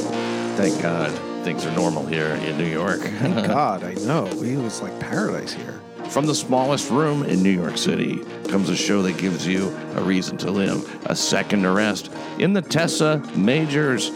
Thank God things are normal here in New York. Thank God, I know. It was like paradise here. From the smallest room in New York City comes a show that gives you a reason to live, a second to rest. In the Tessa Majors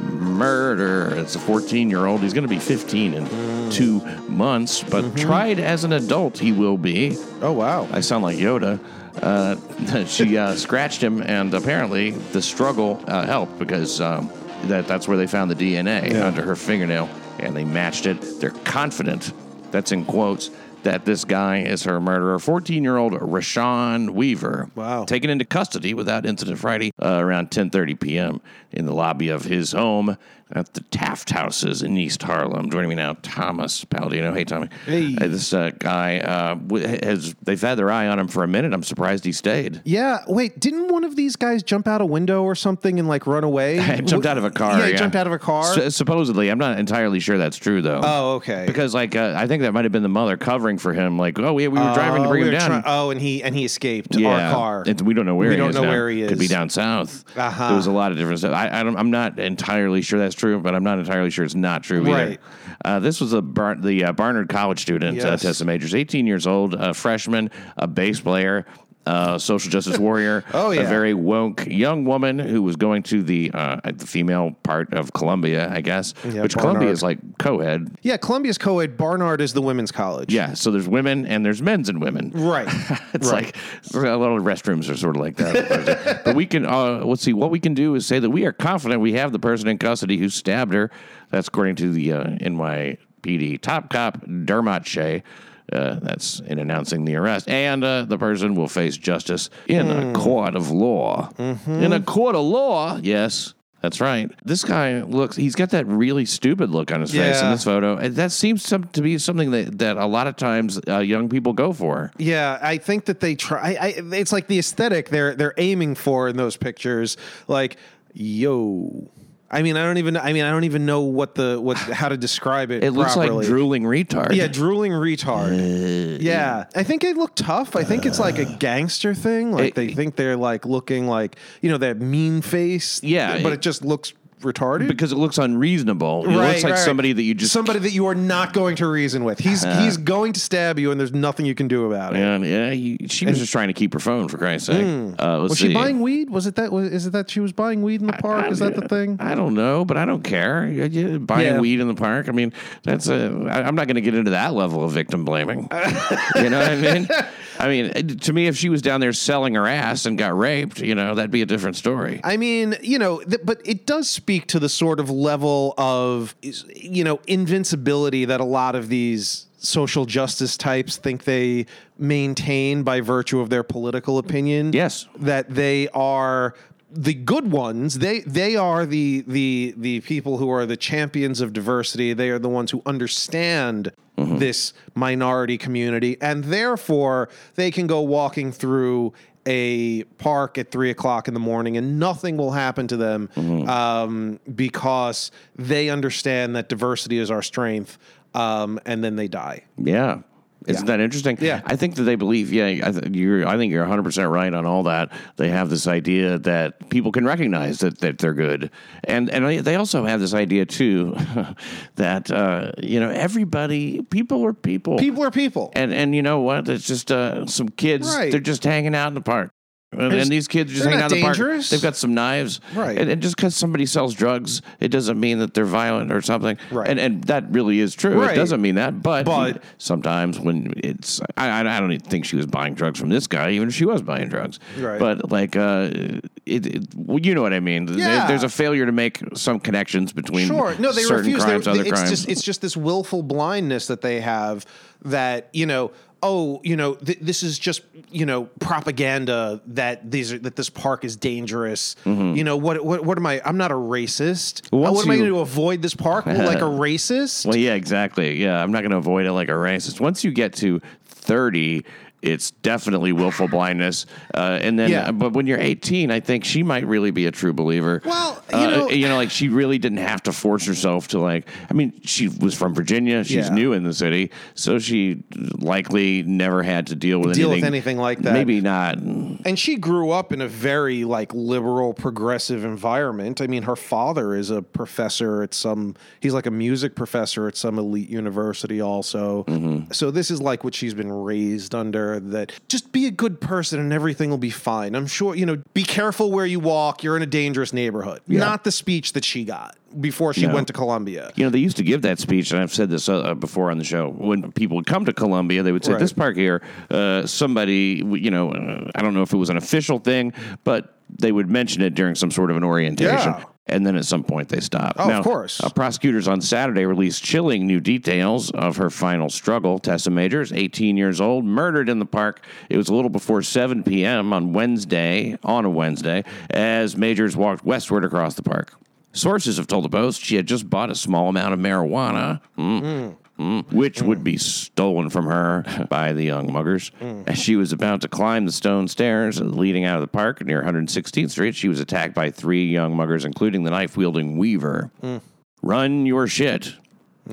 murder, it's a 14 year old. He's going to be 15 Mm. in two months, but Mm-hmm. tried as an adult, he will be. Oh, wow. I sound like Yoda. Uh, she uh, scratched him, and apparently the struggle uh, helped because um, that, that's where they found the DNA Yeah. under her fingernail, and they matched it. They're confident, that's in quotes, that this guy is her murderer. 14 year old Rashawn Weaver. Wow. Taken into custody without incident Friday uh, around 10.30 p.m. in the lobby of his home at the Taft Houses in East Harlem. Joining me now, Thomas Palladino. Hey, Tommy. Hey. Uh, this uh, guy uh, w- has they've had their eye on him for a minute. I'm surprised he stayed. Yeah, wait, didn't one of these guys jump out a window or something and like run away? jumped out of a car. Yeah, he jumped out of a car. S- supposedly, I'm not entirely sure that's true though. Oh, okay. Because like uh, I think that might have been the mother covering for him. Like, oh, yeah, we were driving to Oh, bring we him were try- down. oh, and he and he escaped our car. It's- we don't know where We he don't is know now. where he Could be is. down south. Uh-huh. There was a lot of different stuff. I, I don't, I'm not entirely sure that's true, but I'm not entirely sure it's not true either. Right. Uh, this was a Bar- the uh, Barnard College student, uh, Yes. Tessa Majors, 18 years old, a freshman, a bass player. Uh, social justice warrior, Oh, a yeah. very woke young woman who was going to the uh, the female part of Columbia, I guess, Yeah, which Columbia Barnard. is like co-ed. yeah, Columbia's co-ed. Barnard is the women's college. Yeah, so there's women and there's men's and women. Right. it's like a lot of restrooms are sort of like that. but we can, uh, let's see, what we can do is say that we are confident we have the person in custody who stabbed her. That's according to the uh, NYPD top cop, Dermot Shea. Uh, that's in announcing the arrest. And uh, the person will face justice in Hmm. a court of law. Mm-hmm. In a court of law, yes. That's right. This guy looks, he's got that really stupid look on his face in Yeah. this photo. And that seems some, to be something that, that a lot of times uh, young people go for. Yeah, I think that they try. I, I, it's like the aesthetic they're they're aiming for in those pictures. Like, yo, I mean, I don't even. I mean, I don't even know what the what how to describe it. It looks like properly. drooling retard. Yeah, drooling Uh, retard. yeah, I think they look tough. I think it's like a gangster thing. Like It- they think they're like looking like you know that mean face. Yeah, but it- it, just looks retarded. because it looks unreasonable. It looks like somebody that you just somebody that you are not going to reason with. He's he's going to stab you, and there's nothing you can do about it. And yeah, you, she was just trying to keep her phone for Christ's sake. Uh, let's Hmm. Was see. she buying weed? Was it that? Was, is it that she was buying weed in the park? is that the thing? I don't know, but I don't care. You- you- Buying Yeah. weed in the park. I mean, that's a. I, I'm not going to get into that level of victim blaming. you know what I mean? I mean, to me, if she was down there selling her ass and got raped, you know, that'd be a different story. I mean, you know, th- but it does speak to the sort of level of, is- you know, invincibility that a lot of these social justice types think they maintain by virtue of their political opinion. Yes. That they are the good ones they they are the the the people who are the champions of diversity they are the ones who understand this minority community and therefore they can go walking through a park at three o'clock in the morning and nothing will happen to them um, because they understand that diversity is our strength um, and then they die Yeah. Isn't that interesting? Yeah. I think that they believe, yeah, I, th- you're, I think you're 100% right on all that. They have this idea that people can recognize that, that they're good. And and I- they also have this idea, too, that, uh, you know, everybody, people are people. people are people And, and you know what? It's just uh, some kids, Right. they're just hanging out in the park. And, and these kids are just they're hanging out not in the park. dangerous. They've got some knives. Right. And, and just because somebody sells drugs, it doesn't mean that they're violent or something. Right. And, and that really is true. It Right. doesn't mean that. But But- sometimes when it's I, I I don't even think she was buying drugs from this guy even if she was buying drugs Right. but like uh it, it well, you know what i mean There- Yeah. there's a failure to make some connections between sure no they certain refuse They're- crimes other it's crimes just it's just this willful blindness that they have that you know oh you know th- this is just you know propaganda that these are, that this park is dangerous you know what, what what am i i'm not a racist Uh, Well, Mm-hmm. once what am i you- going to avoid this park like a racist well yeah exactly yeah i'm not going to avoid it like a racist once you get to 30 it's definitely willful blindness. Uh, and then, Yeah. but when you're 18, I think she might really be a true believer. Well, you Uh, know- you know, like she really didn't have to force herself to like. I mean, she was from Virginia. She's Yeah. new in the city, so she likely never had to deal with Deal with anything, anything like that. Maybe not. And she grew up in a very like liberal, progressive environment. I mean, her father is a professor at some. He's like a music professor at some elite university, also. Mm-hmm. So this is like what she's been raised under. That just be a good person and everything will be fine. I'm sure you know. Be careful where you walk. You're in a dangerous neighborhood. Not the speech that she got before she No. went to Columbia. You know, they used to give that speech, and I've said this uh, before on the show. When people would come to Columbia, they would say, Right. "This park here, uh, somebody, w- you know, uh, I don't know if it was an official thing, but they would mention it during some sort of an orientation." Yeah. And then at some point they stopped. Oh, of course. uh, prosecutors on Saturday released chilling new details of her final struggle. Tessa Majors, 18 years old, murdered in the park. It was a little before 7 p.m. on Wednesday, on a Wednesday, as Majors walked westward across the park. Sources have told the Post she had just bought a small amount of marijuana, mm, mm, which would be stolen from her by the young muggers. Mm. As she was about to climb the stone stairs leading out of the park near 116th Street, she was attacked by three young muggers, including the knife wielding Weaver. Mm. Run your shit.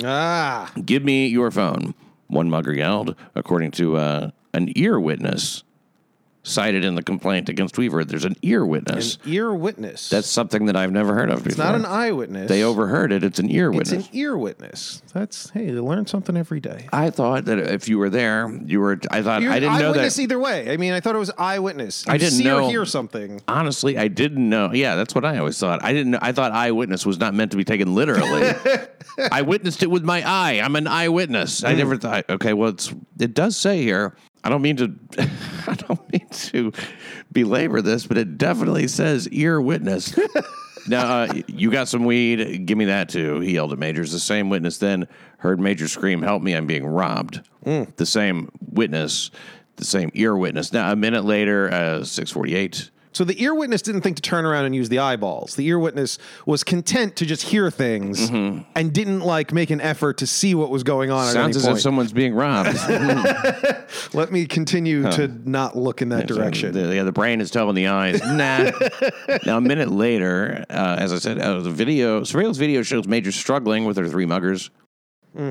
Ah, Give me your phone. One mugger yelled, according to uh, an ear witness cited in the complaint against Weaver. There's an ear witness. ear witness. That's something that I've never heard of before. not an eyewitness. they overheard it. It's an ear It's witness. an ear witness. That's hey, you learn something every day. I thought that if you were there, you were. I thought You're I didn't know eyewitness that. either way. I mean, I thought it was eyewitness. You I didn't see know- or hear something. Honestly, I didn't know. Yeah, that's what I always thought. I didn't. know I thought eyewitness was not meant to be taken literally. I witnessed it with my eye. I'm an eyewitness. I never thought. Okay, well, it's it does say here. I don't mean to. I don't mean to belabor this, but it definitely says ear witness. now uh, you got some weed. Give me that too. He yelled at Majors. The same witness then heard Major scream, "Help me! I'm being robbed." The same witness. The same ear witness. Now a minute later, uh, six forty-eight. So the ear witness didn't think to turn around and use the eyeballs. The ear witness was content to just hear things and didn't like make an effort to see what was going on Mm-hmm. Sounds at as any point. if someone's being robbed. Let me continue to not look in that direction. The, yeah, the brain is telling the eyes, nah. now, a minute later, uh, as I said, uh, the video surveillance video shows Majors struggling with her three muggers.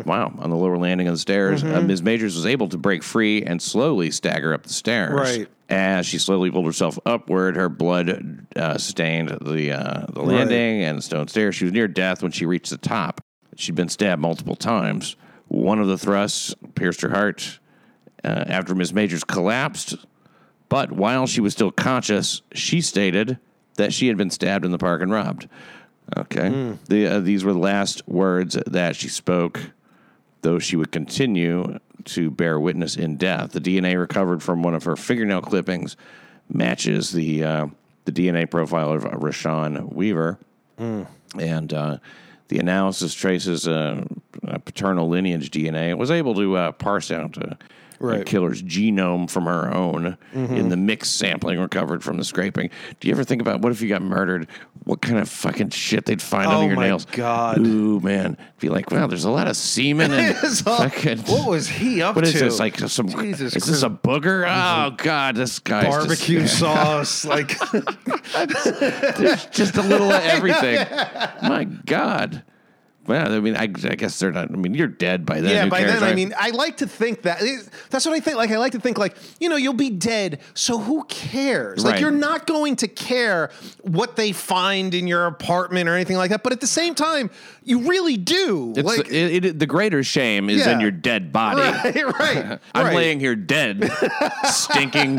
Wow, on the lower landing of the stairs, uh, Ms. Majors was able to break free and slowly stagger up the stairs. Right. As she slowly pulled herself upward, her blood uh, stained the uh, the landing and stone stairs. She was near death when she reached the top. She'd been stabbed multiple times. One of the thrusts pierced her heart. Uh, after Ms. Majors collapsed, but while she was still conscious, she stated that she had been stabbed in the park and robbed. Okay. The, uh, these were the last words that she spoke, though she would continue to bear witness in death. The DNA recovered from one of her fingernail clippings matches the, uh, the DNA profile of Rashawn Weaver and uh, the analysis traces uh, a paternal lineage DNA. It was able to uh, parse out uh, Right. a killer's genome from her own in the mixed sampling recovered from the scraping. Do you ever think about what if you got murdered? What kind of fucking shit they'd find Oh under your my nails? God. Ooh man, be like, wow, there's a lot of semen and It's all- fucking. what was he up What to? is this? Like some? Jesus is this a booger? Oh god, this guy's just- Barbecue sauce, like just a little of everything. My God. Well, I mean, I, I guess they're not. I mean, you're dead by then. yeah. Who by cares, then, I right? mean, I like to think that eh, that's what I think. Like, I like to think like you know, you'll be dead, so who cares? Like, Right. you're not going to care what they find in your apartment or anything like that. But at the same time, you really do. It's, like, it, it- the greater shame is Yeah. in your dead body. right, right. I'm right. laying here dead, stinking.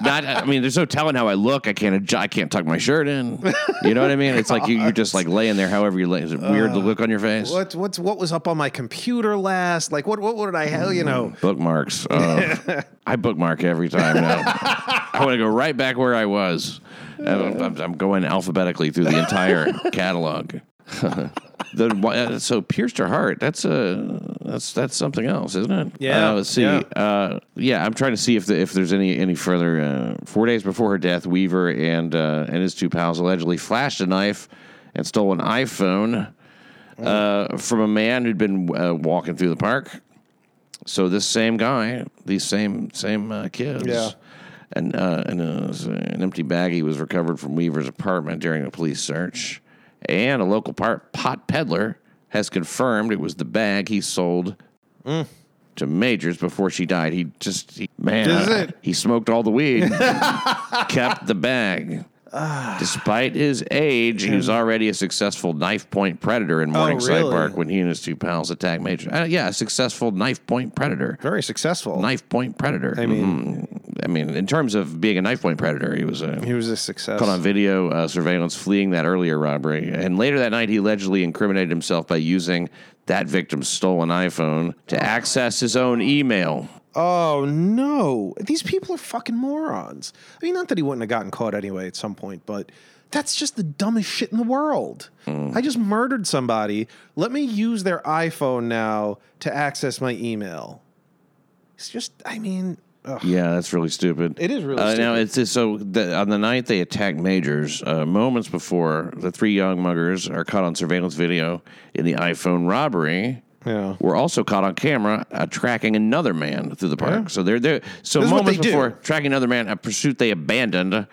Not, I mean, there's no telling how I look. I can't, adju- I can't tuck my shirt in. You know what I mean? It's like you, you're just like laying there. However you lay, is it weird Uh, the look on your face? What what's what was up on my computer last? Like what what would I have? You know. Bookmarks. Uh, I bookmark every time now. I want to go right back where I was. I'm, I'm- I'm going alphabetically through the entire catalog. the, uh, so pierced her heart. That's a that's that's something else, isn't it? Yeah, Uh, let's see. yeah. Uh, yeah, I'm trying to see if the, if there's any any further. Uh, four days before her death, Weaver and uh, and his two pals allegedly flashed a knife and stole an iPhone uh, from a man who'd been uh, walking through the park. So this same guy, these same same uh, kids, Yeah. and uh, and uh, s- an empty baggie was recovered from Weaver's apartment during a police search, and a local part, pot peddler has confirmed it was the bag he sold Mm. to Majors before she died. He just he, man, Does I- it? he smoked all the weed, kept the bag. Ah. Despite his age, he was already a successful knife point predator in Morningside Oh, really? Park when he and his two pals attacked Major. Uh, yeah, a successful knife point predator. Very successful. Knife point predator. I mean, I mean, in terms of being a knife point predator, he was a He was a success. caught on video uh, surveillance fleeing that earlier robbery. And later that night, he allegedly incriminated himself by using that victim's stolen iPhone to access his own email. Oh no, these people are fucking morons. I mean, not that he wouldn't have gotten caught anyway at some point, but that's just the dumbest shit in the world. I just murdered somebody. Let me use their iPhone now to access my email. It's just, I mean, ugh. Yeah, that's really stupid. It is really uh, Now stupid. it's it's- so the, on the night they attacked Majors, uh, moments before the three young muggers are caught on surveillance video in the iPhone robbery. Yeah. were also caught on camera uh, tracking another man through the park. So they're there. So This is what moments they do. before tracking another man, a pursuit they abandoned.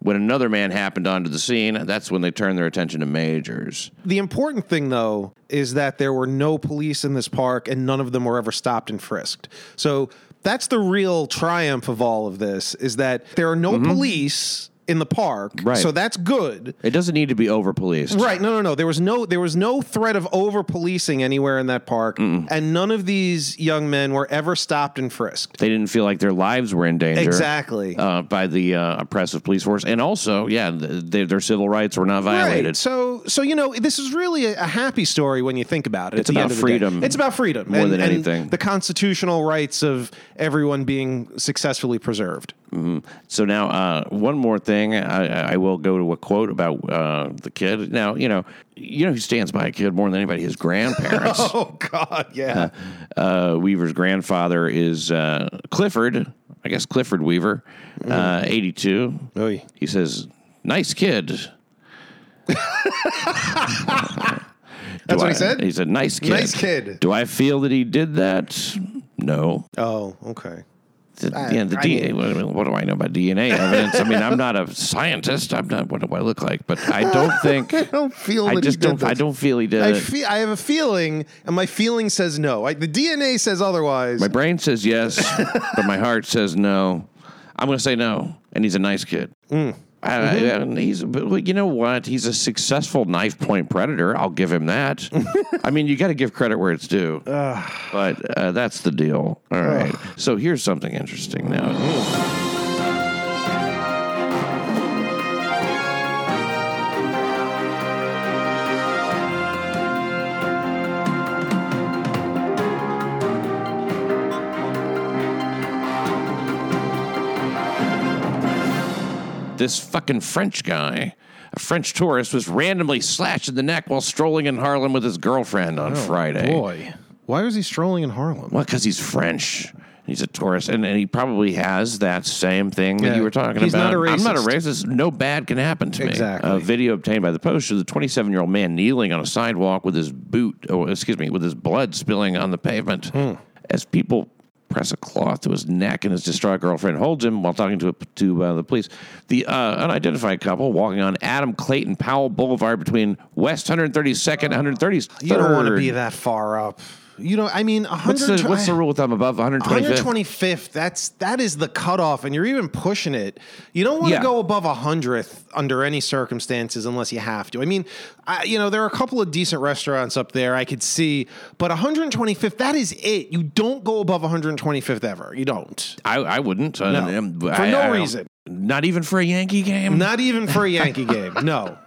When another man happened onto the scene, that's when they turned their attention to Majors. The important thing, though, is that there were no police in this park and none of them were ever stopped and frisked. So that's the real triumph of all of this is that there are no police in the park. Right. So that's good. It doesn't need to be over policed. Right. No, no, no. There was no there was no threat of over policing anywhere in that park. And none of these young men were ever stopped and frisked. They didn't feel like their lives were in danger. Exactly. Uh, by the uh, oppressive police force. And also, yeah, th- th- their civil rights were not violated. Right. So, so you know, this is really a, a happy story when you think about it. It's about freedom It's about freedom more and- than and anything. The constitutional rights of everyone being successfully preserved. So now, uh, one more thing, I, I will go to a quote about uh, the kid. Now, you know, you know who stands by a kid more than anybody? His grandparents. Oh God, yeah. uh, Weaver's grandfather is uh, Clifford, I guess Clifford Weaver, uh, 82. Oy. He says, Nice kid. That's That's what he said? He said, Nice kid. Nice kid. Do I feel that he did that? No. Oh, okay. The, I- yeah, the I DNA. what, what do I know about DNA evidence? I mean, I'm not a scientist. I'm not. What do I look like? But I don't think. I don't feel. that I he just did don't. this. I don't feel he did. I it. feel. I have a feeling, and my feeling says no. I, the DNA says otherwise. My brain says yes, but my heart says no. I'm going to say no. And he's a nice kid. I- I- and he's, but well, you know what? He's a successful knife point predator. I'll give him that. I mean, you got to give credit where it's due. but uh, that's the deal. All right. So here's something interesting now. This fucking French guy, a French tourist, was randomly slashed in the neck while strolling in Harlem with his girlfriend on Friday. Boy, why was he strolling in Harlem? Well, because he's French. He's a tourist, and, and he probably has that same thing that Yeah. you were talking He's about. not a I'm not a racist. racist. No bad can happen to me. Exactly. A video obtained by the Post shows the 27 year old man kneeling on a sidewalk with his boot, or excuse me, with his blood spilling on the pavement Hmm. as people press a cloth to his neck and his distraught girlfriend holds him while talking to to uh, the police. The uh, unidentified couple walking on Adam Clayton Powell Boulevard between West 132nd and 130th. You don't want to be that far up. You know, I mean, What's 100, the, what's the rule of thumb above 125th? 125th. That's that is the cutoff, and you're even pushing it. You don't want to Yeah. go above a hundredth under any circumstances unless you have to. I mean, I, you know, there are a couple of decent restaurants up there I could see, but 125th, that is it. You don't go above 125th ever. You don't. I, I wouldn't. No. For no reason. Not even for a Yankee game. Not even for a Yankee game. No.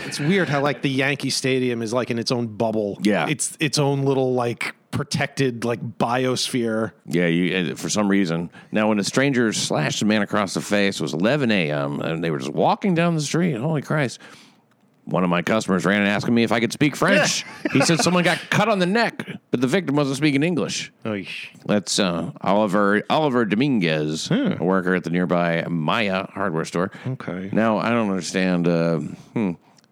It's weird how like the Yankee Stadium is like in its own bubble. Yeah. It's its own little like protected like biosphere. Yeah, you, uh, for some reason. Now, when a stranger slashed a man across the face, it was 11 a.m., and they were just walking down the street. Holy Christ. One of my customers ran and asked me if I could speak French. he said someone got cut on the neck, but the victim wasn't speaking English. That's uh, Oliver Oliver Dominguez, a worker at the nearby Maya hardware store. Okay. Now I don't understand. Uh, hmm,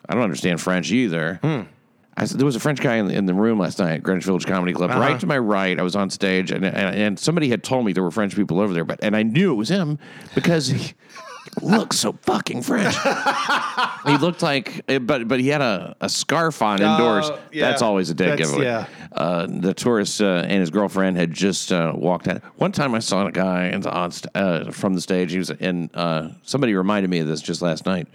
I don't understand French either. I said, there was a French guy in the, in the room last night at Greenwich Village Comedy Club. Right to my right, I was on stage, and, and and somebody had told me there were French people over there, but and I knew it was him because he looked so fucking French. Uh, he looked like, eh, but but he had a, a scarf on indoors. Oh, yeah. That's always a dead That's- giveaway. yeah. Uh, the tourist uh, and his girlfriend had just uh, walked out. One time I saw a guy and on st- uh, from the stage. He was and uh, somebody reminded me of this just last night.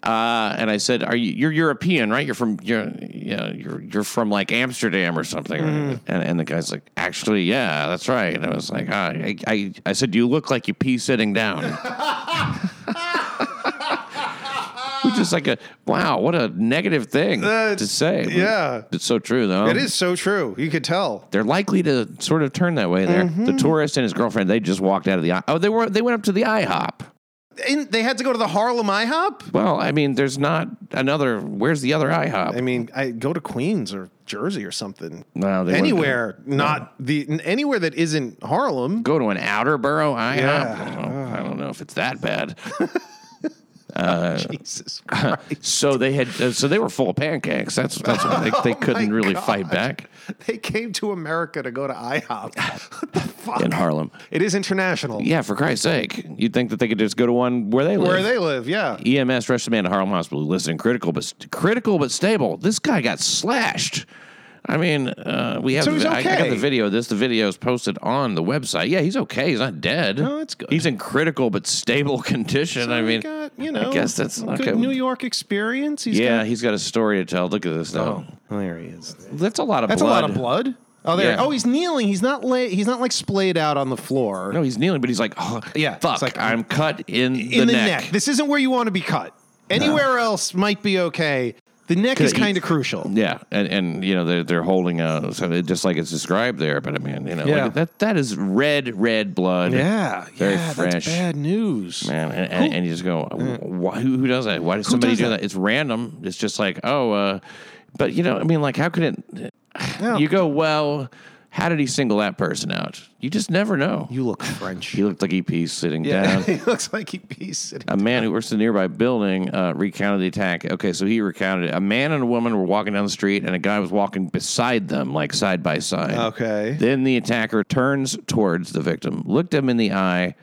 Uh, and I said, "Are you? You're European, right? You're from you're yeah, you're you're from like Amsterdam or something." Mm. And and the guy's like, "Actually, yeah, that's right." And I was like, ah, I, "I I said, you look like you pee sitting down." Which is like a wow, what a negative thing That's- to say. yeah. it's so true though. It is so true. You could tell. They're likely to sort of turn that way there. The Mm-hmm. tourist and his girlfriend, they just walked out of the I- oh, they were they went up to the IHOP. And they had to go to the Harlem IHOP. Well, I mean, there's not another. Where's the other IHOP? I mean, I go to Queens or Jersey or something. No, they weren't anywhere, not the anywhere that isn't Harlem. go to an outer borough IHOP. Yeah. Uh. I, don't know, I don't know if it's that bad. Jesus Christ. so they had, uh, so they were full of pancakes. That's that's why they, they couldn't Oh my really God. fight back they came to America to go to IHOP. what the fuck? in Harlem. It is international. Yeah, for Christ's sake, you'd think that they could just go to one where they live. E Where they live, yeah. EMS rushed the man to Harlem Hospital, listed in critical but critical but stable. This guy got slashed. I mean, uh, we have So he's the, I- I, got okay. the video of this. The video is posted on the website. Yeah, he's okay. He's not dead. Oh, that's good. He's in critical but stable condition. I He's mean, got, you know, I guess that's a okay. good New York experience. He's yeah, got- he's got a story to tell. Look at this though. Oh, there he is. That's a lot of That's blood. a lot of blood. Oh, there. Yeah. Oh, he's kneeling. He's not lay. He's not like splayed out on the floor. No, he's kneeling, but he's like, oh, Yeah, fuck. it's like- I'm cut in, in the, neck. This isn't where you want to be cut. Anywhere else might be okay. The neck is he- kind of crucial. Yeah, and and you know they're they're holding a so it- just like it's described there. But I mean, you know, Yeah. like, that that is red red blood. Yeah, Very yeah, fresh. that's bad news. Man, and, and, and you just go, why, who, who does that? Why does somebody Mm. does do that? that? It's random. It's just like, oh, uh, but you know, I mean, like, how could it? Yeah. You go, well, how did he single that person out? You just never know. You look French. He looked like he sitting down. he looks like he he's sitting. A man who works in a nearby building uh, recounted the attack. Okay, so he recounted it. A man and a woman were walking down the street, and a guy was walking beside them, like side by side. Okay. Then the attacker turns towards the victim, looked him in the eye,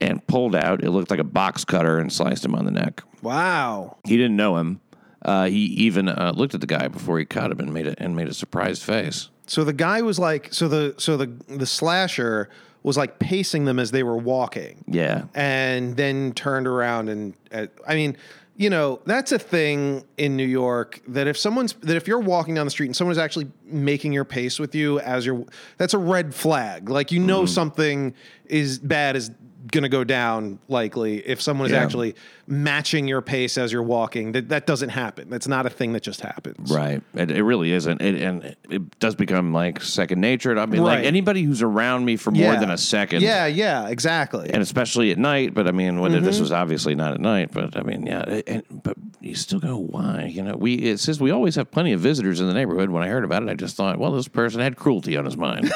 and pulled out. It looked like a box cutter and sliced him on the neck. Wow. He didn't know him. Uh, he even uh, looked at the guy before he cut him and made a, and made a surprised face. So the guy was like, so the so the the slasher was like pacing them as they were walking, Yeah. and then turned around and uh, I mean, you know, that's a thing in New York that if someone's that if you're walking down the street and someone's actually making your pace with you as you're, that's a red flag. Like you Mm-hmm. know something is bad is gonna go down likely if someone is Yeah. actually matching your pace as you're walking. That that doesn't happen. That's not a thing that just happens. Right. It, it really isn't. It, and it does become like second nature. I mean, Right. like anybody who's around me for more Yeah. than a second. Yeah, yeah, Mm-hmm. exactly. and especially at night. But I mean, whether this was obviously not at night, but I mean, yeah. it- And, but you still go, why? You know, we it says we always have plenty of visitors in the neighborhood. When I heard about it, I just thought, well, this person had cruelty on his mind.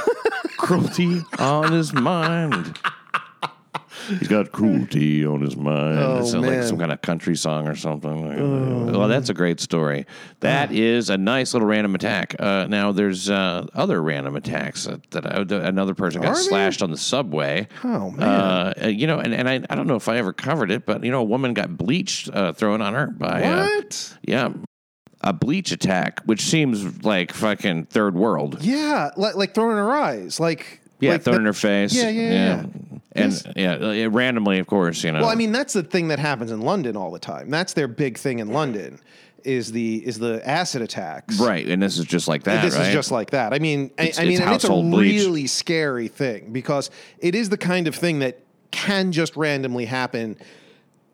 cruelty on his mind. He's got cruelty on his mind. Oh, it sounds like man. Oh. some kind of country song or something. well, that's a great story. That is a nice little random attack. Uh, now, there's uh, other random attacks that, that I, another person got Are there? slashed on the subway. Oh, man. Uh, you know, and, and I, I don't know if I ever covered it, but you know, a woman got bleached uh, thrown on her by uh, What? yeah, a bleach attack, which seems like fucking third world. Yeah, like like throwing her eyes, like Yeah, like thrown the- in her face. Yeah, yeah, yeah. And Yes. yeah, uh, randomly, of course, you know. Well, I mean, that's the thing that happens in London all the time. That's their big thing in London is the is the acid attacks. right, and this is just like that. This right? is just like that. I mean, I, It's- I mean, it's and it's a household bleach. really scary thing because it is the kind of thing that can just randomly happen,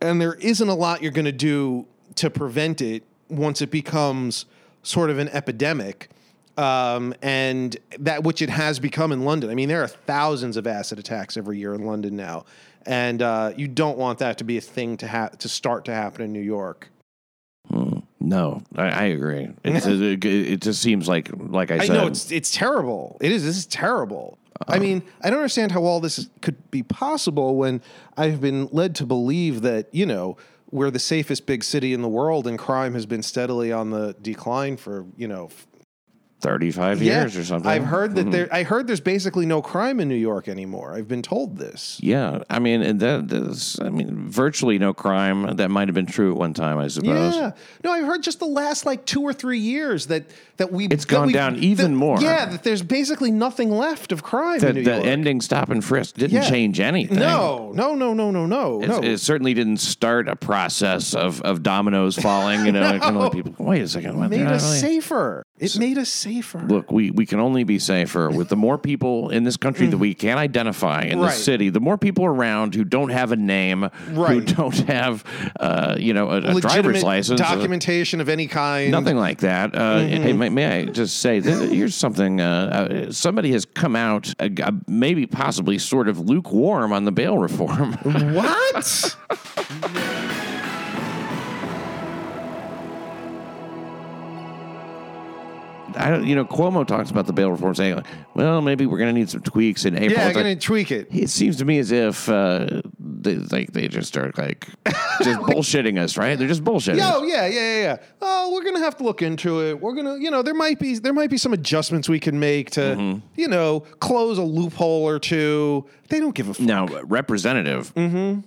and there isn't a lot you're going to do to prevent it once it becomes sort of an epidemic. Um, and that which it has become in London. I mean, there are thousands of acid attacks every year in London now, and uh, you don't want that to be a thing to ha- to start to happen in New York. no, I, I agree. It's, it, it just seems like, like I I said, know it's it's terrible. It is. This is terrible. I mean, I don't understand how all this is, could be possible when I've been led to believe that you know we're the safest big city in the world, and crime has been steadily on the decline for you know. f- 35 years or something. I've heard that there. I heard there's basically no crime in New York anymore. I've been told this. Yeah, I mean, and that, that's, I mean, virtually no crime. That might have been true at one time, I suppose. Yeah. No, I've heard just the last like two or three years that that we It's that gone we- down even that- more. Yeah, that there's basically nothing left of crime The, in New the York. ending stop and frisk didn't Yeah. change anything. no, no, no, no, no, no, It's- no. It certainly didn't start a process of, of dominoes falling. You know, and kind of let people. Wait a second. what- made they're not us really- safer. It made us safer. Look, we, we can only be safer with the more people in this country that we can't identify in Mm-hmm. Right. this city. The more people around who don't have a name, who Right. don't have, uh, you know, a, a Legitimate driver's license, a- documentation Mm-hmm. of any kind. Nothing like that. Uh, Hey, may, may I just say, th- here's something. Uh, uh, somebody has come out, uh, g- uh, maybe possibly sort of lukewarm on the bail reform. What? I don't, you know, Cuomo talks about the bail reform saying, like, well, maybe we're going to need some tweaks in April. yeah, I'm It's like, gonna tweak it. it seems to me as if uh, they, like they just are like just bullshitting us, right? They're just bullshitting. us. Yo, yeah, yeah, yeah, yeah. Oh, we're gonna have to look into it. We're gonna, you know, there might be there might be some adjustments we can make to, Mm-hmm. you know, close a loophole or two. They don't give a fuck. Now, representative Mm-hmm.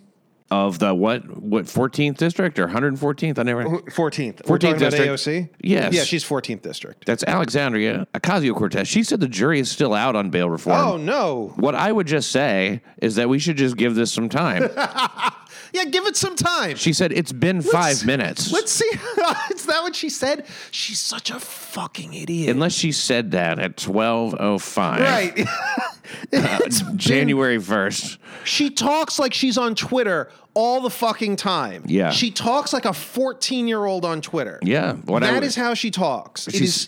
of the what what 14th district or 114th? I Uh-huh. never. Fourteenth. 14th We're talking about district. AOC. Yes. Yeah, she's fourteenth district. That's Alexandria Ocasio Cortez. She said the jury is still out on bail reform. Oh no. What I would just say is that we should just give this some time. Yeah, give it some time. she said it's been five minutes. Let's see. Is that what she said? She's such a fucking idiot. Unless she said that at twelve oh five, right. Uh, It's been- January first. She talks like she's on Twitter all the fucking time. Yeah. She talks like a 14 year old on Twitter. Yeah, what I that would- is how she talks. It is She's-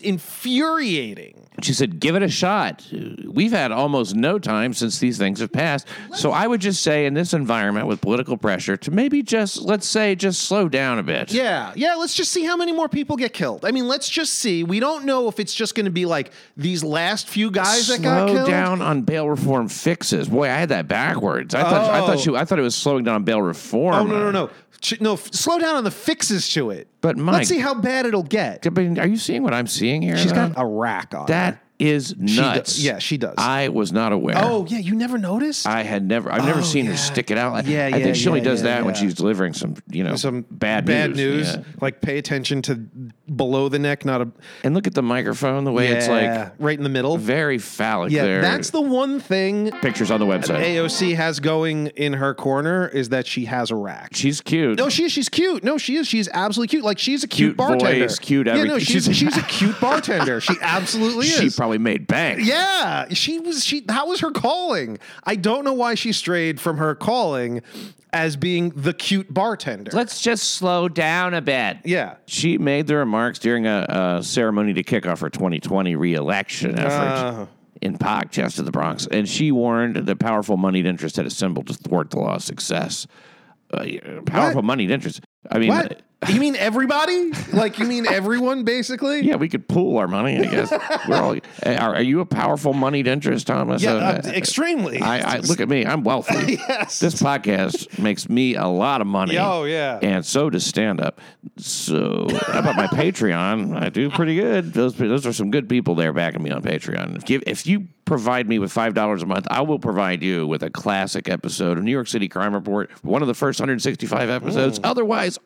infuriating. She said, "Give it a shot." We've had almost no time since these things have passed, so I would just say, in this environment with political pressure, to maybe just let's say just slow down a bit. Yeah. Yeah. Let's just see how many more people get killed. I mean, let's just see. We don't know if it's just going to be like these last few guys that got slow killed. down on bail reform fixes. Boy, I had that backwards. I thought I Oh. thought she, I thought it was slowing down on bail reform. Oh, no, no, no. Ch- No, f- slow down on the fixes to it. But Mike- let's see how bad it'll get. I mean, are you seeing what I'm seeing here? She's got though? a rack on. her. that is nuts. yeah, she does. I was not aware. Oh, yeah. You never noticed? I had never. I've never Oh, seen yeah. her stick it out. Yeah, I yeah, think she only yeah, does yeah, that when yeah. she's delivering some, you know, some bad news. Yeah. Like pay attention to below the neck, not a. And look at the microphone. The way it's Yeah, like right in the middle. very phallic. yeah, there. that's the one thing pictures on the website. AOC has going in her corner is that she has a rack. She's cute. No, she is. She's cute. No, she is. She's absolutely cute. Like she's a cute, Cute bartender. voice, cute Yeah, no, everything. she's she's a cute bartender. She absolutely she is. probably made bank. yeah, she was. She that was her calling. I don't know why she strayed from her calling as being the cute bartender. Let's just slow down a bit. yeah, She made the remarks during a, a ceremony to kick off her 2020 reelection Uh-huh. effort in Pockchester, the Bronx, and she warned that powerful moneyed interests had assembled to thwart the law's success. Uh, powerful What? moneyed interests. I mean, What? You mean everybody? Like you mean everyone basically? yeah, we could pool our money. I guess we're all. eh, Are, are you a powerful moneyed interest, Thomas? Yeah, Uh, uh, extremely. I, I look at me. I'm wealthy. Yes. This podcast makes me a lot of money. Oh, yeah. And so does stand up. So how about my Patreon? I do pretty good. Those those are some good people there backing me on Patreon. If you, if you provide me with five dollars a month, I will provide you with a classic episode of New York City Crime Report, one of the first 165 episodes, otherwise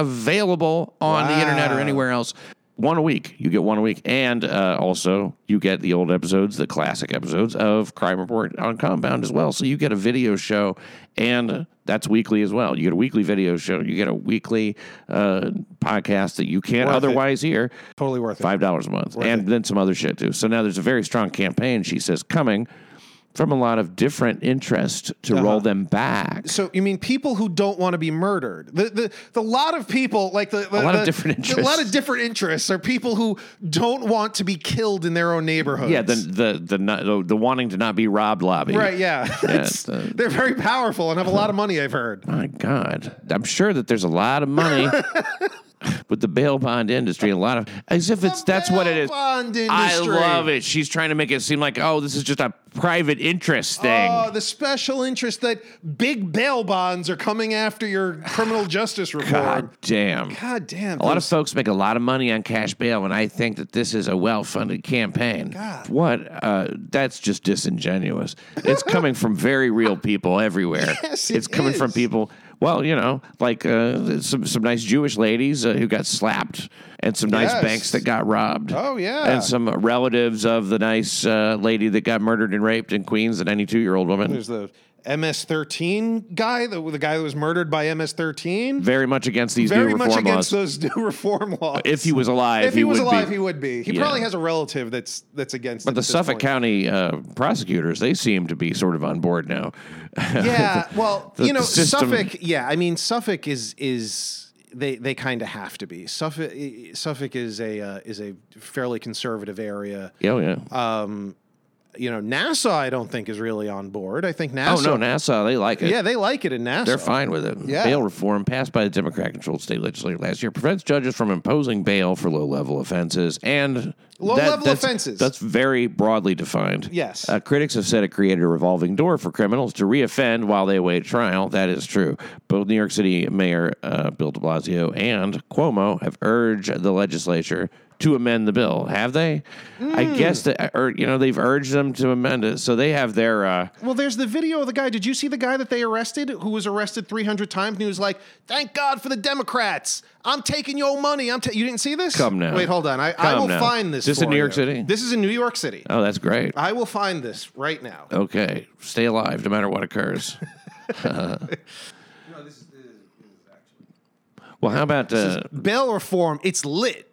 unavailable on the internet or Oh. Wow. anywhere else. One a week, you get one a week, and uh, also you get the old episodes, the classic episodes of Crime Report on Compound as well. So you get a video show, and that's weekly as well. You get a weekly video show, you get a weekly uh, podcast that you can't Worth it. otherwise hear. totally worth it. Five dollars a month, and then some other shit too. So now there's a very strong campaign. She says coming from a lot of different interests to Uh-huh. roll them back. So you mean people who don't want to be murdered? The the the lot of people like the, the lot of the- different A lot interests. of different interests are people who don't want to be killed in their own neighborhoods. Yeah, the the the not, the, the wanting to not be robbed lobby. right. Yeah, It's- the- they're very powerful and have a lot of money. I've heard. My God, I'm sure that there's a lot of money with the bail bond industry. A lot of as if it's that's what it is. Bond I industry. love it. She's trying to make it seem like oh, this is just a private interest thing. Oh, the special interest that big bail bonds are coming after your criminal justice reform. God God, damn. damn. A lot of folks make a lot of money on cash bail, and I think that this is a well-funded campaign. Oh, God. What? Uh, that's just disingenuous. It's coming from very real people everywhere. Yes, it it's coming from is. people. Well, you know, like uh, some some nice Jewish ladies uh, who got slapped, and some nice Yes. banks that got robbed. Oh, yeah. and some relatives of the nice uh, lady that got murdered and raped in Queens, the ninety-two-year-old woman. There's the MS-13 guy, the, the guy that was murdered by MS-13. Very much against these Very new much reform against laws. those new reform laws. if he was alive, If he was would alive, be. he would be. He Yeah. probably has a relative that's that's against. But the Suffolk County uh, prosecutors, they seem to be sort of on board now. Yeah, well, The- you know, the system- Suffolk. Yeah, I mean, Suffolk is is they they kind of have to be. Suffolk Suffolk is a uh, is a fairly conservative area. oh, yeah. You know, Nassau, I don't think is really on board. I think oh, Nassau. no, Nassau, they like it. Yeah, they like it in Nassau. They're fine with it. Yeah. Bail reform passed by the Democrat controlled state legislature last year prevents judges from imposing bail for low level offenses and Low-level that's- offenses. That's very broadly defined. Yes. Uh, critics have said it created a revolving door for criminals to reoffend while they await trial. That is true. Both New York City Mayor uh, Bill de Blasio and Cuomo have urged the legislature to amend the bill. Have they? Hmm. I guess that, or, you know, they've urged them to amend it. So they have their. Uh, Well, there's the video of the guy. Did you see the guy that they arrested who was arrested 300 times and he was like, "Thank God for the Democrats. I'm taking your money. I'm ta-. you didn't see this? Come now. Wait, hold on. I, I Come will now. find this. This in for New York you. City? This is in New York City. oh, that's great. I will find this right now. Okay, stay alive no matter what occurs. Well, how about uh, Bail reform. It's lit.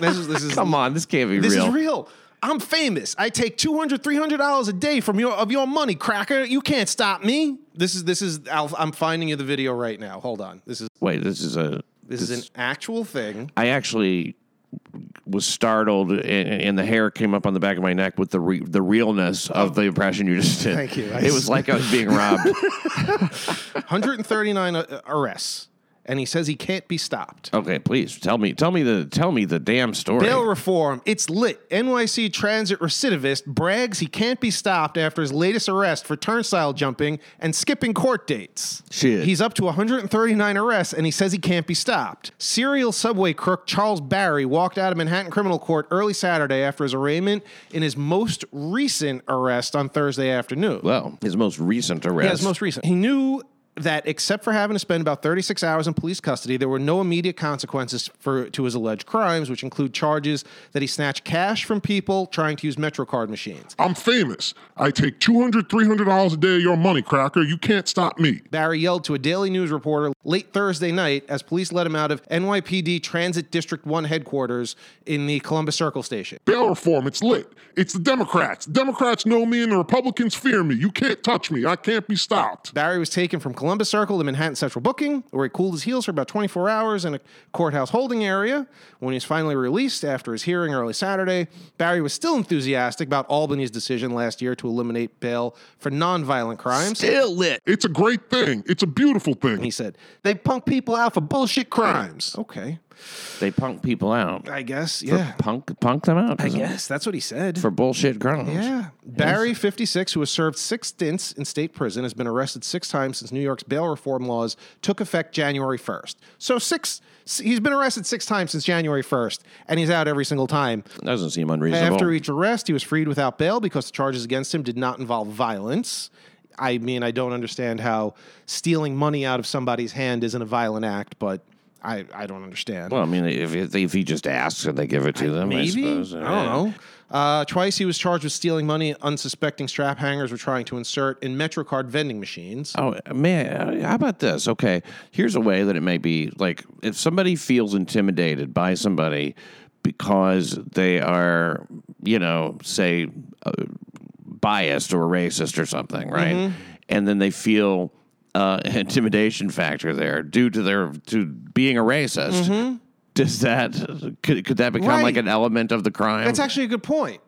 This is this is come on? This can't be this real. is real. I'm famous. I take 200 300 dollars a day from your of your money, cracker. You can't stop me. This is this is I'll, I'm finding you the video right now. Hold on. This is Wait, this is a. this, is an actual thing. I actually was startled, and, and the hair came up on the back of my neck with the re, the realness of the impression you just did. Thank you. I it was s- like I was being robbed. 139 a- uh, arrests and he says he can't be stopped. okay, please tell me, tell me the, tell me the damn story. Bail reform, it's lit. NYC transit recidivist brags he can't be stopped after his latest arrest for turnstile jumping and skipping court dates. Shit. He's up to 139 arrests and he says he can't be stopped. Serial subway crook Charles Barry walked out of Manhattan criminal court early Saturday after his arraignment in his most recent arrest on Thursday afternoon. well, his most recent arrest. Yeah, his most recent. He knew that except for having to spend about 36 hours in police custody, there were no immediate consequences for to his alleged crimes, which include charges that he snatched cash from people trying to use MetroCard machines. I'm famous. I take $200, $300 a day of your money, cracker. You can't stop me. Barry yelled to a Daily News reporter late Thursday night as police let him out of NYPD Transit District 1 headquarters in the Columbus Circle station. Bail reform, it's lit. It's the Democrats. Democrats know me and the Republicans fear me. You can't touch me. I can't be stopped. Barry was taken from Columbus Circle to Manhattan Central Booking, where he cooled his heels for about 24 hours in a courthouse holding area. When he was finally released after his hearing early Saturday, Barry was still enthusiastic about Albany's decision last year to eliminate bail for nonviolent crimes. Still lit. It's a great thing. It's a beautiful He thing. said, They punk people out for bullshit crimes. Okay. They punk people out. I guess, yeah. Punk, punk them out. I Yes, that's what he said. for bullshit crimes. Yeah. Barry, 56, who has served six stints in state prison, has been arrested six times since New York's bail reform laws took effect January 1st. So, six, s- he's been arrested six times since January 1st, and he's out every single time. Doesn't seem unreasonable. After each arrest, he was freed without bail because the charges against him did not involve violence. I mean, I don't understand how stealing money out of somebody's hand isn't a violent act, but I, I don't understand. Well, I mean, if if if he just asks and they give it to them, I Maybe? suppose. I don't know. Uh, twice he was charged with stealing money unsuspecting strap hangers were trying to insert in MetroCard vending machines. Oh man, how about this? Okay, here's a way that it may be like if somebody feels intimidated by somebody because they are, you know, say uh, biased or racist or something, right? And then they feel uh, intimidation factor there due to their to being a racist. Does that could, could that become like Right. an element of the crime? That's actually a good point.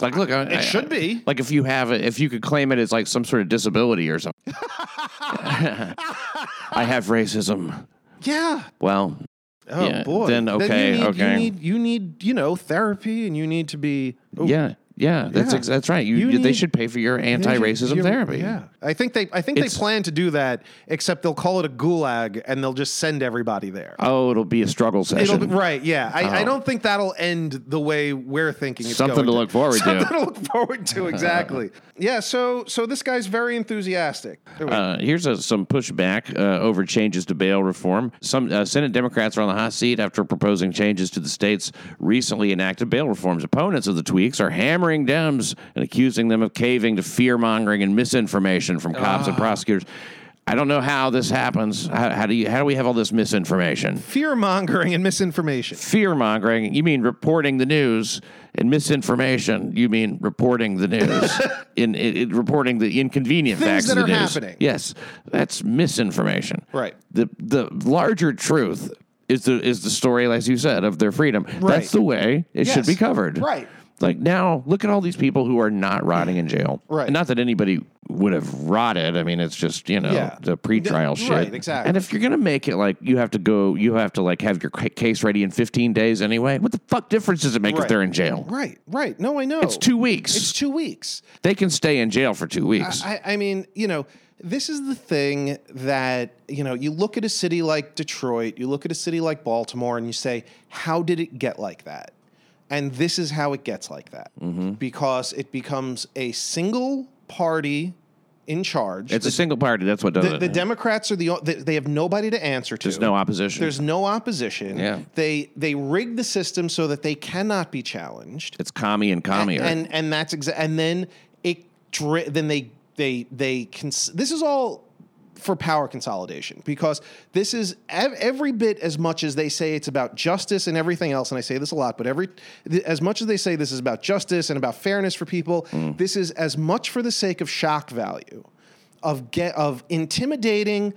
Like, look, it should be. Like, if you have it, if you could claim it as like some sort of disability or something. I have racism. Yeah. Well, Oh Yeah, boy. then you okay, need- okay. You need, you need, you know, therapy, and you need to be. oh, Yeah, yeah, that's Yeah. Ex- that's right. You, You they need- should pay for your anti-racism You're- therapy. Yeah, I think they, I think It's- they plan to do that. Except they'll call it a gulag, and they'll just send everybody there. Oh, it'll be a struggle session. It'll be, right, yeah. I, I don't think that'll end the way we're thinking. It's Uh-huh. Something going to look forward to. Something to look forward to. Exactly. yeah. So so this guy's very enthusiastic. Uh, here's a, some pushback uh, over changes to bail reform. Some uh, Senate Democrats are on the hot seat after proposing changes to the state's recently enacted bail reforms. Opponents of the tweaks are hammering Dems and accusing them of caving to fear mongering and misinformation from cops and prosecutors. I don't know how this happens. How, how do you? How do we have all this misinformation? Fear mongering and misinformation. Fear mongering. You mean reporting the news and misinformation. You mean reporting the news in, in, in reporting the inconvenient Things facts that of the are news. happening. Yes, that's misinformation. Right. The the larger truth is the is the story, as you said, of their freedom. Right. That's the way it should Yes. be covered. Right. Like now, look at all these people who are not rotting in jail. Right. Not that anybody would have rotted. I mean, it's just you know Yeah. the pretrial shit. Right, exactly. And if you're gonna make it like you have to go, you have to like have your ca- case ready in 15 days anyway. What the fuck difference does it make if Right. they're in jail? Right. Right. No, I know. It's two weeks. It's two weeks. they can stay in jail for two weeks. I, I mean, you know, this is the thing that, you know, you look at a city like Detroit, you look at a city like Baltimore, and you say, how did it get like that? And this is how it gets like that Mm-hmm. because it becomes a single party in charge. it's a single party. That's what does the, it. the Democrats are the o- they, they have nobody to answer to. There's no opposition. There's no opposition. Yeah. They they rig the system so that they cannot be challenged it's commie and commier. and and that's exa- and then it dri- then they they they cons- this is all for power consolidation because this is ev- every bit as much as they say it's about justice and everything else and I say this a lot but every th- as much as they say this is about justice and about fairness for people this is as much for the sake of shock value of get of intimidating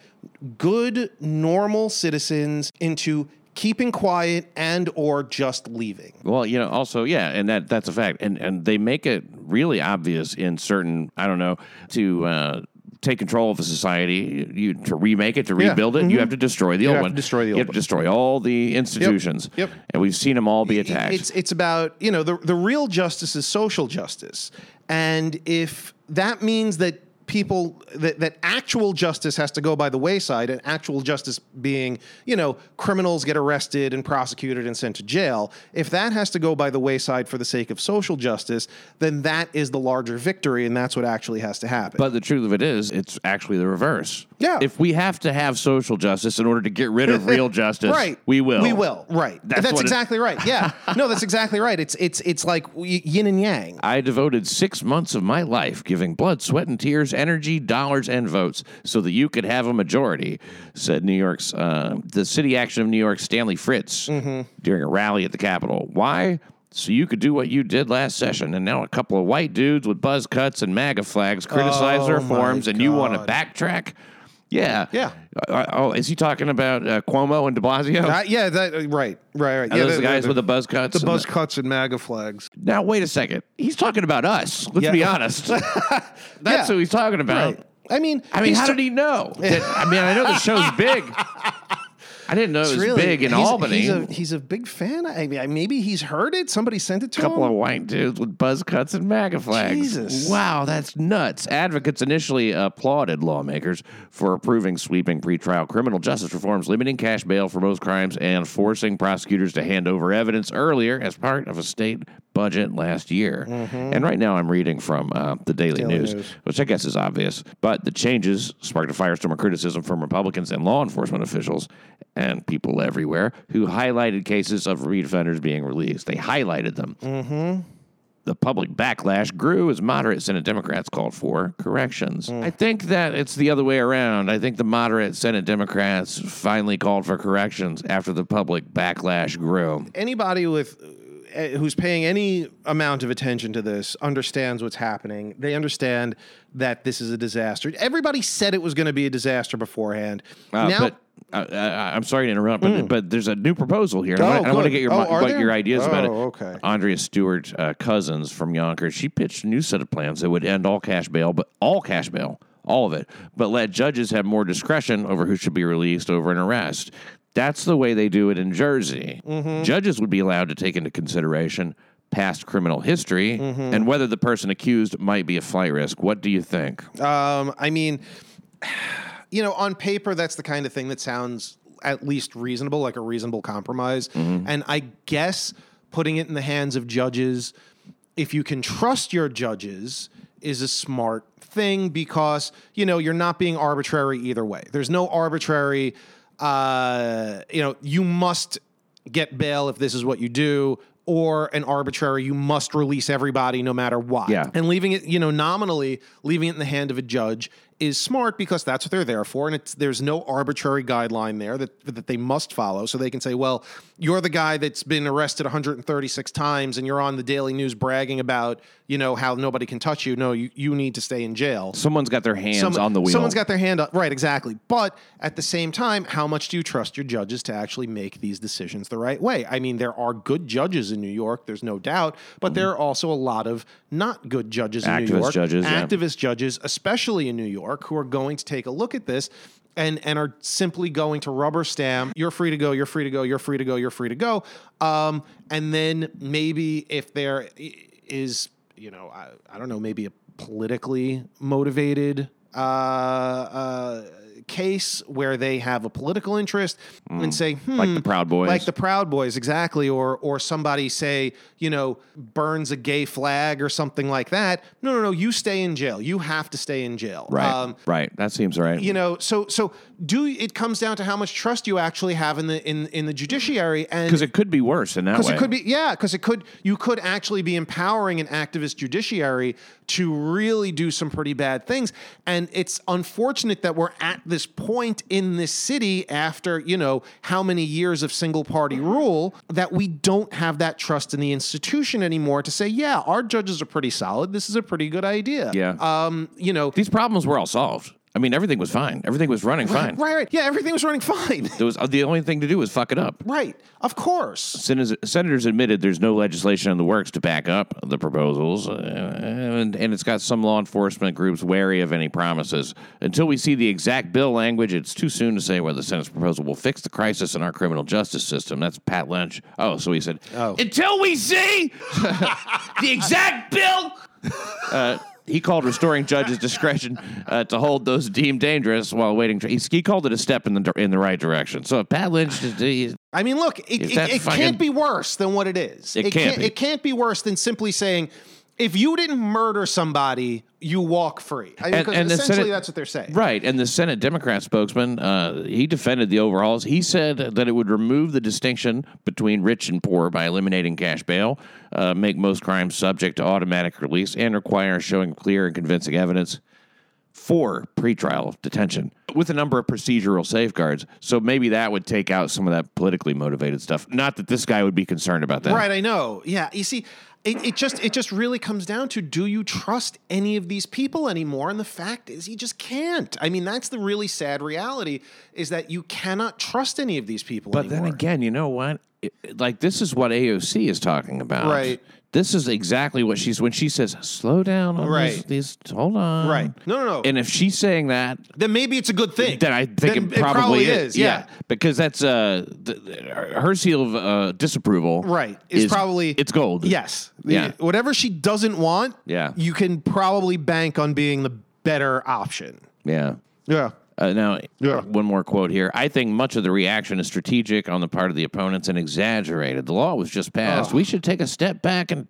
good normal citizens into keeping quiet and or just leaving Well, you know, also, yeah, and that that's a fact, and and they make it really obvious in certain, I don't know, to uh, take control of a society, you to remake it, to Yeah. Mm-hmm. rebuild it, you have to destroy the old have one, to destroy the you old have to one. destroy all the institutions, Yep. and we've seen them all be attacked. It's it's about you know the the real justice is social justice, and if that means that people that, that actual justice has to go by the wayside and actual justice being you know criminals get arrested and prosecuted and sent to jail if that has to go by the wayside for the sake of social justice then that is the larger victory and that's what actually has to happen but the truth of it is, it's actually the reverse. Yeah. If we have to have social justice in order to get rid of real justice, right we will. we will right That's that's, what it- exactly right yeah no that's exactly right it's it's it's like yin and yang I devoted six months of my life giving blood, sweat, and tears, energy, dollars, and votes so that you could have a majority, said New York's, uh, the city action of New York's Stanley Fritz Mm-hmm. during a rally at the Capitol. Why? So you could do what you did last session, and now a couple of white dudes with buzz cuts and MAGA flags criticize their Oh my forms, and you want to backtrack? Yeah. Yeah. Uh, oh, is he talking about uh, Cuomo and de Blasio? Uh, yeah, that uh, right, right, right. Are yeah, those the- the guys the- with the buzz cuts? the and buzz cuts and MAGA flags. Now, wait a second. He's talking about us. Let's Yeah. be honest. That's Yeah. who he's talking about. Right. I mean, I mean, he's how ta- did he know? That- I mean, I know the show's big. I didn't know it was really- big in he's- Albany. He's a, a he's a big fan. I mean, I- maybe he's heard it. Somebody sent it to couple him. of white dudes with buzz cuts and MAGA flags. Jesus. Wow, that's nuts. Advocates initially applauded lawmakers for approving sweeping pretrial criminal justice reforms, limiting cash bail for most crimes, and forcing prosecutors to hand over evidence earlier as part of a state budget last year. And right now I'm reading from uh, the Daily, News, Mm-hmm. News. which I guess is obvious. But the changes sparked a firestorm of criticism from Republicans and law enforcement officials and people everywhere who highlighted cases of repeat offenders being released. They highlighted them. The public backlash grew as moderate Senate Democrats called for corrections. I think that it's the other way around. I think the moderate Senate Democrats finally called for corrections after the public backlash grew. Anybody with uh, who's paying any amount of attention to this understands what's happening. They understand that this is a disaster. Everybody said it was going to be a disaster beforehand. Uh, now, Hmm. but I, I, I'm sorry to interrupt, but, but there's a new proposal here. Oh, I, want, I want to good. get your Oh, mi- are what there? your ideas about it. Oh, okay. Andrea Stewart uh, Cousins from Yonkers, she pitched a new set of plans that would end all cash bail, but all cash bail, all of it, but let judges have more discretion over who should be released over an arrest. That's the way they do it in Jersey. Mm-hmm. Judges would be allowed to take into consideration past criminal history Mm-hmm. and whether the person accused might be a flight risk. What do you think? Um, I mean, you know, on paper, that's the kind of thing that sounds at least reasonable, like a reasonable compromise. And I guess putting it in the hands of judges, if you can trust your judges, is a smart thing because, you know, you're not being arbitrary either way. There's no arbitrary, uh, you know, you must get bail if this is what you do. Or an arbitrary, you must release everybody no matter what. Yeah. And leaving it, you know, nominally leaving it in the hand of a judge is smart because that's what they're there for, and it's there's no arbitrary guideline there that that they must follow. So they can say, well, you're the guy that's been arrested 136 times, and you're on the daily news bragging about you know how nobody can touch you. No, you you need to stay in jail. Someone's got their hands Some- on the wheel. Someone's got their hand up. Right, exactly. But at the same time, how much do you trust your judges to actually make these decisions the right way? I mean, there are good judges in New York, there's no doubt, but there are also a lot of not good judges in New Mm-hmm. Activist York. judges, yeah. Activist judges, especially in New York, who are going to take a look at this. And, and are simply going to rubber stamp. You're free to go. You're free to go. You're free to go. You're free to go. Um, and then maybe if there i- is you know, I, I don't know, maybe a politically motivated uh, uh, case where they have a political interest and say, hmm, Like the Proud Boys. like the Proud Boys, exactly, or or somebody say, you know, burns a gay flag or something like that. No, no, no, you stay in jail. You have to stay in jail. Um, right. right. That seems right. you know, so so do it comes down to how much trust you actually have in the in in the judiciary and because it could be worse in that because way. it could be yeah because it could you could actually be empowering an activist judiciary to really do some pretty bad things and it's unfortunate that we're at this point in this city after you know how many years of single party rule that we don't have that trust in the institution anymore to say yeah our judges are pretty solid this is a pretty good idea Yeah. um you know These problems were all solved. I mean, everything was fine. Everything was running fine. right right yeah everything was running fine There was uh, the only thing to do was fuck it up. right of course Sen- senators admitted there's no legislation in the works to back up the proposals, uh, and, and it's got some law enforcement groups wary of any promises. Until we see the exact bill language, it's too soon to say whether the Senate's proposal will fix the crisis in our criminal justice system. That's Pat Lynch. Oh, so he said, until we see the exact bill. Uh, he called restoring judges' discretion uh, to hold those deemed dangerous while waiting. He, he called it a step in the dir- in the right direction. So if Pat Lynch, he, I mean, look, it, If it, that it fucking- can't be worse than what it is. It can't be. It can't be worse than simply saying, if you didn't murder somebody, you walk free. I mean, And- 'cause and the essentially, Senate- that's what they're saying. Right, and the Senate Democrat spokesman, uh, he defended the overhauls. He said that it would remove the distinction between rich and poor by eliminating cash bail, uh, make most crimes subject to automatic release, and require showing clear and convincing evidence for pretrial detention with a number of procedural safeguards. So maybe that would take out some of that politically motivated stuff. Not that this guy would be concerned about that. Right, I know. Yeah, you see, it, it just it just really comes down to do you trust any of these people anymore? And the fact is, you just can't. I mean, that's the really sad reality is that you cannot trust any of these people But anymore. then again, you know what? It- it- like this is what AOC is talking about. Right. This is exactly what she's when she says, "Slow down on Right. these, these- Hold on." Right. No, no, no. And if she's saying that, then maybe it's a good thing. then I think Then it, probably is. Yeah. Because that's uh, th- th- her seal of uh, disapproval. Right. It's is- probably it's gold. Yes. The- Yeah. Whatever she doesn't want, Yeah. you can probably bank on being the better option. Yeah. Yeah. Uh, now, Yeah. one more quote here. I think much of the reaction is strategic on the part of the opponents and exaggerated. The law was just passed. We should take a step back and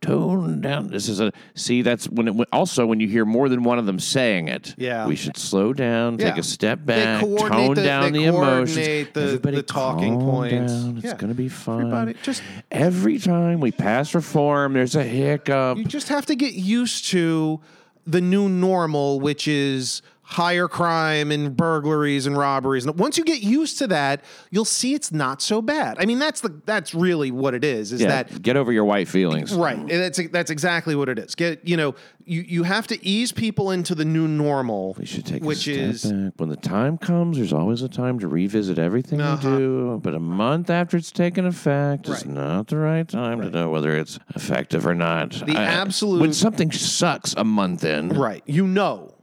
tone down. This is a see. That's when it when- also when you hear more than one of them saying it. Yeah. we should slow down, take Yeah. a step They back, coordinate tone the- down they the emotions. coordinate the- Everybody the talking calm points. down. It's Yeah. gonna be fun. Everybody- just- every time we pass reform, there's a hiccup. You just have to get used to the new normal, which is higher crime and burglaries and robberies. And once you get used to that, you'll see it's not so bad. I mean, that's the that's really what it is. Is yeah, that get over your white feelings. Right. And That's that's exactly what it is. Get you know, you, you have to ease people into the new normal. We should take which a step is back. when the time comes. There's always a time to revisit everything you Uh-huh. do, but a month after it's taken effect is Right. not the right time to know whether it's effective or not. The absolute- when something sucks a month in, right. You know.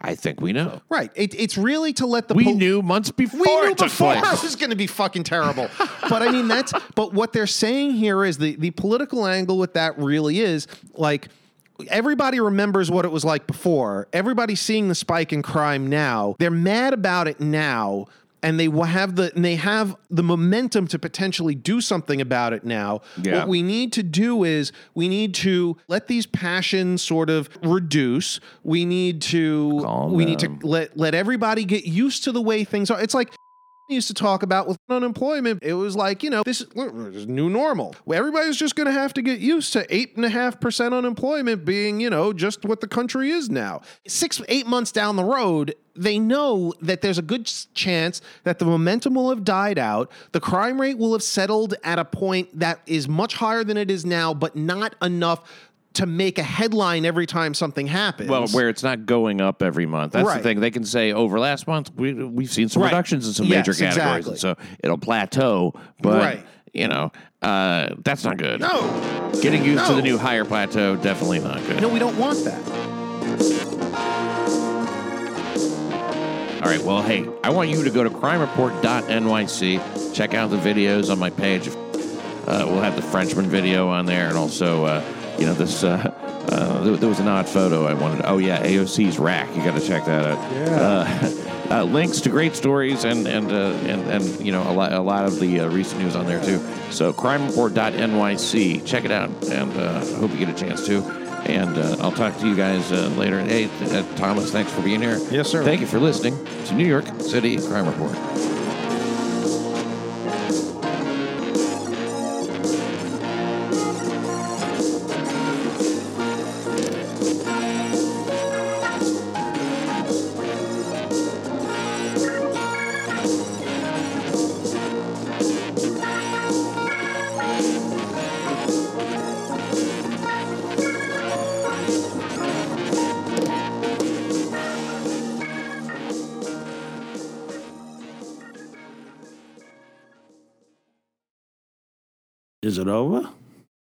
I think we know. Right. It, it's really to let the We pol- knew months before We knew it took before it place. was going to be fucking terrible. but I mean, that's but what they're saying here is the the political angle with that really is like everybody remembers what it was like before. Everybody's seeing the spike in crime now. They're mad about it now. And they will have the and they have the momentum to potentially do something about it now. Yeah. What we need to do is we need to let these passions sort of reduce. We need to Calm we need to down. let let everybody get used to the way things are. It's like used to talk about with unemployment. It was like you know this is new normal. Everybody's just going to have to get used to eight and a half percent unemployment being you know just what the country is now. Six eight months down the road. They know that there's a good s- chance that the momentum will have died out. The crime rate will have settled at a point that is much higher than it is now, but not enough to make a headline every time something happens. Well, where it's not going up every month. That's Right. the thing. They can say over last month we we've seen some Right. reductions in some Yes, major categories, and so it'll plateau. But Right. you know, uh, that's not good. no, Getting used to No. the new higher plateau definitely not good. no, we don't want that. All right. Well, hey, I want you to go to crimereport.nyc. Check out the videos on my page. Uh, we'll have the Frenchman video on there, and also, uh, you know, this. Uh, uh, there, there was an odd photo I wanted. Oh yeah, AOC's rack. You got to check that out. Yeah. Uh, uh, links to great stories and and uh, and and you know a lot a lot of the uh, recent news on there too. So crimereport.nyc. Check it out, and uh, I hope you get a chance to. And uh, I'll talk to you guys uh, later. And, Hey, uh, Thomas, thanks for being here. Yes, sir. Thank you for listening to New York City Crime Report. Is it over?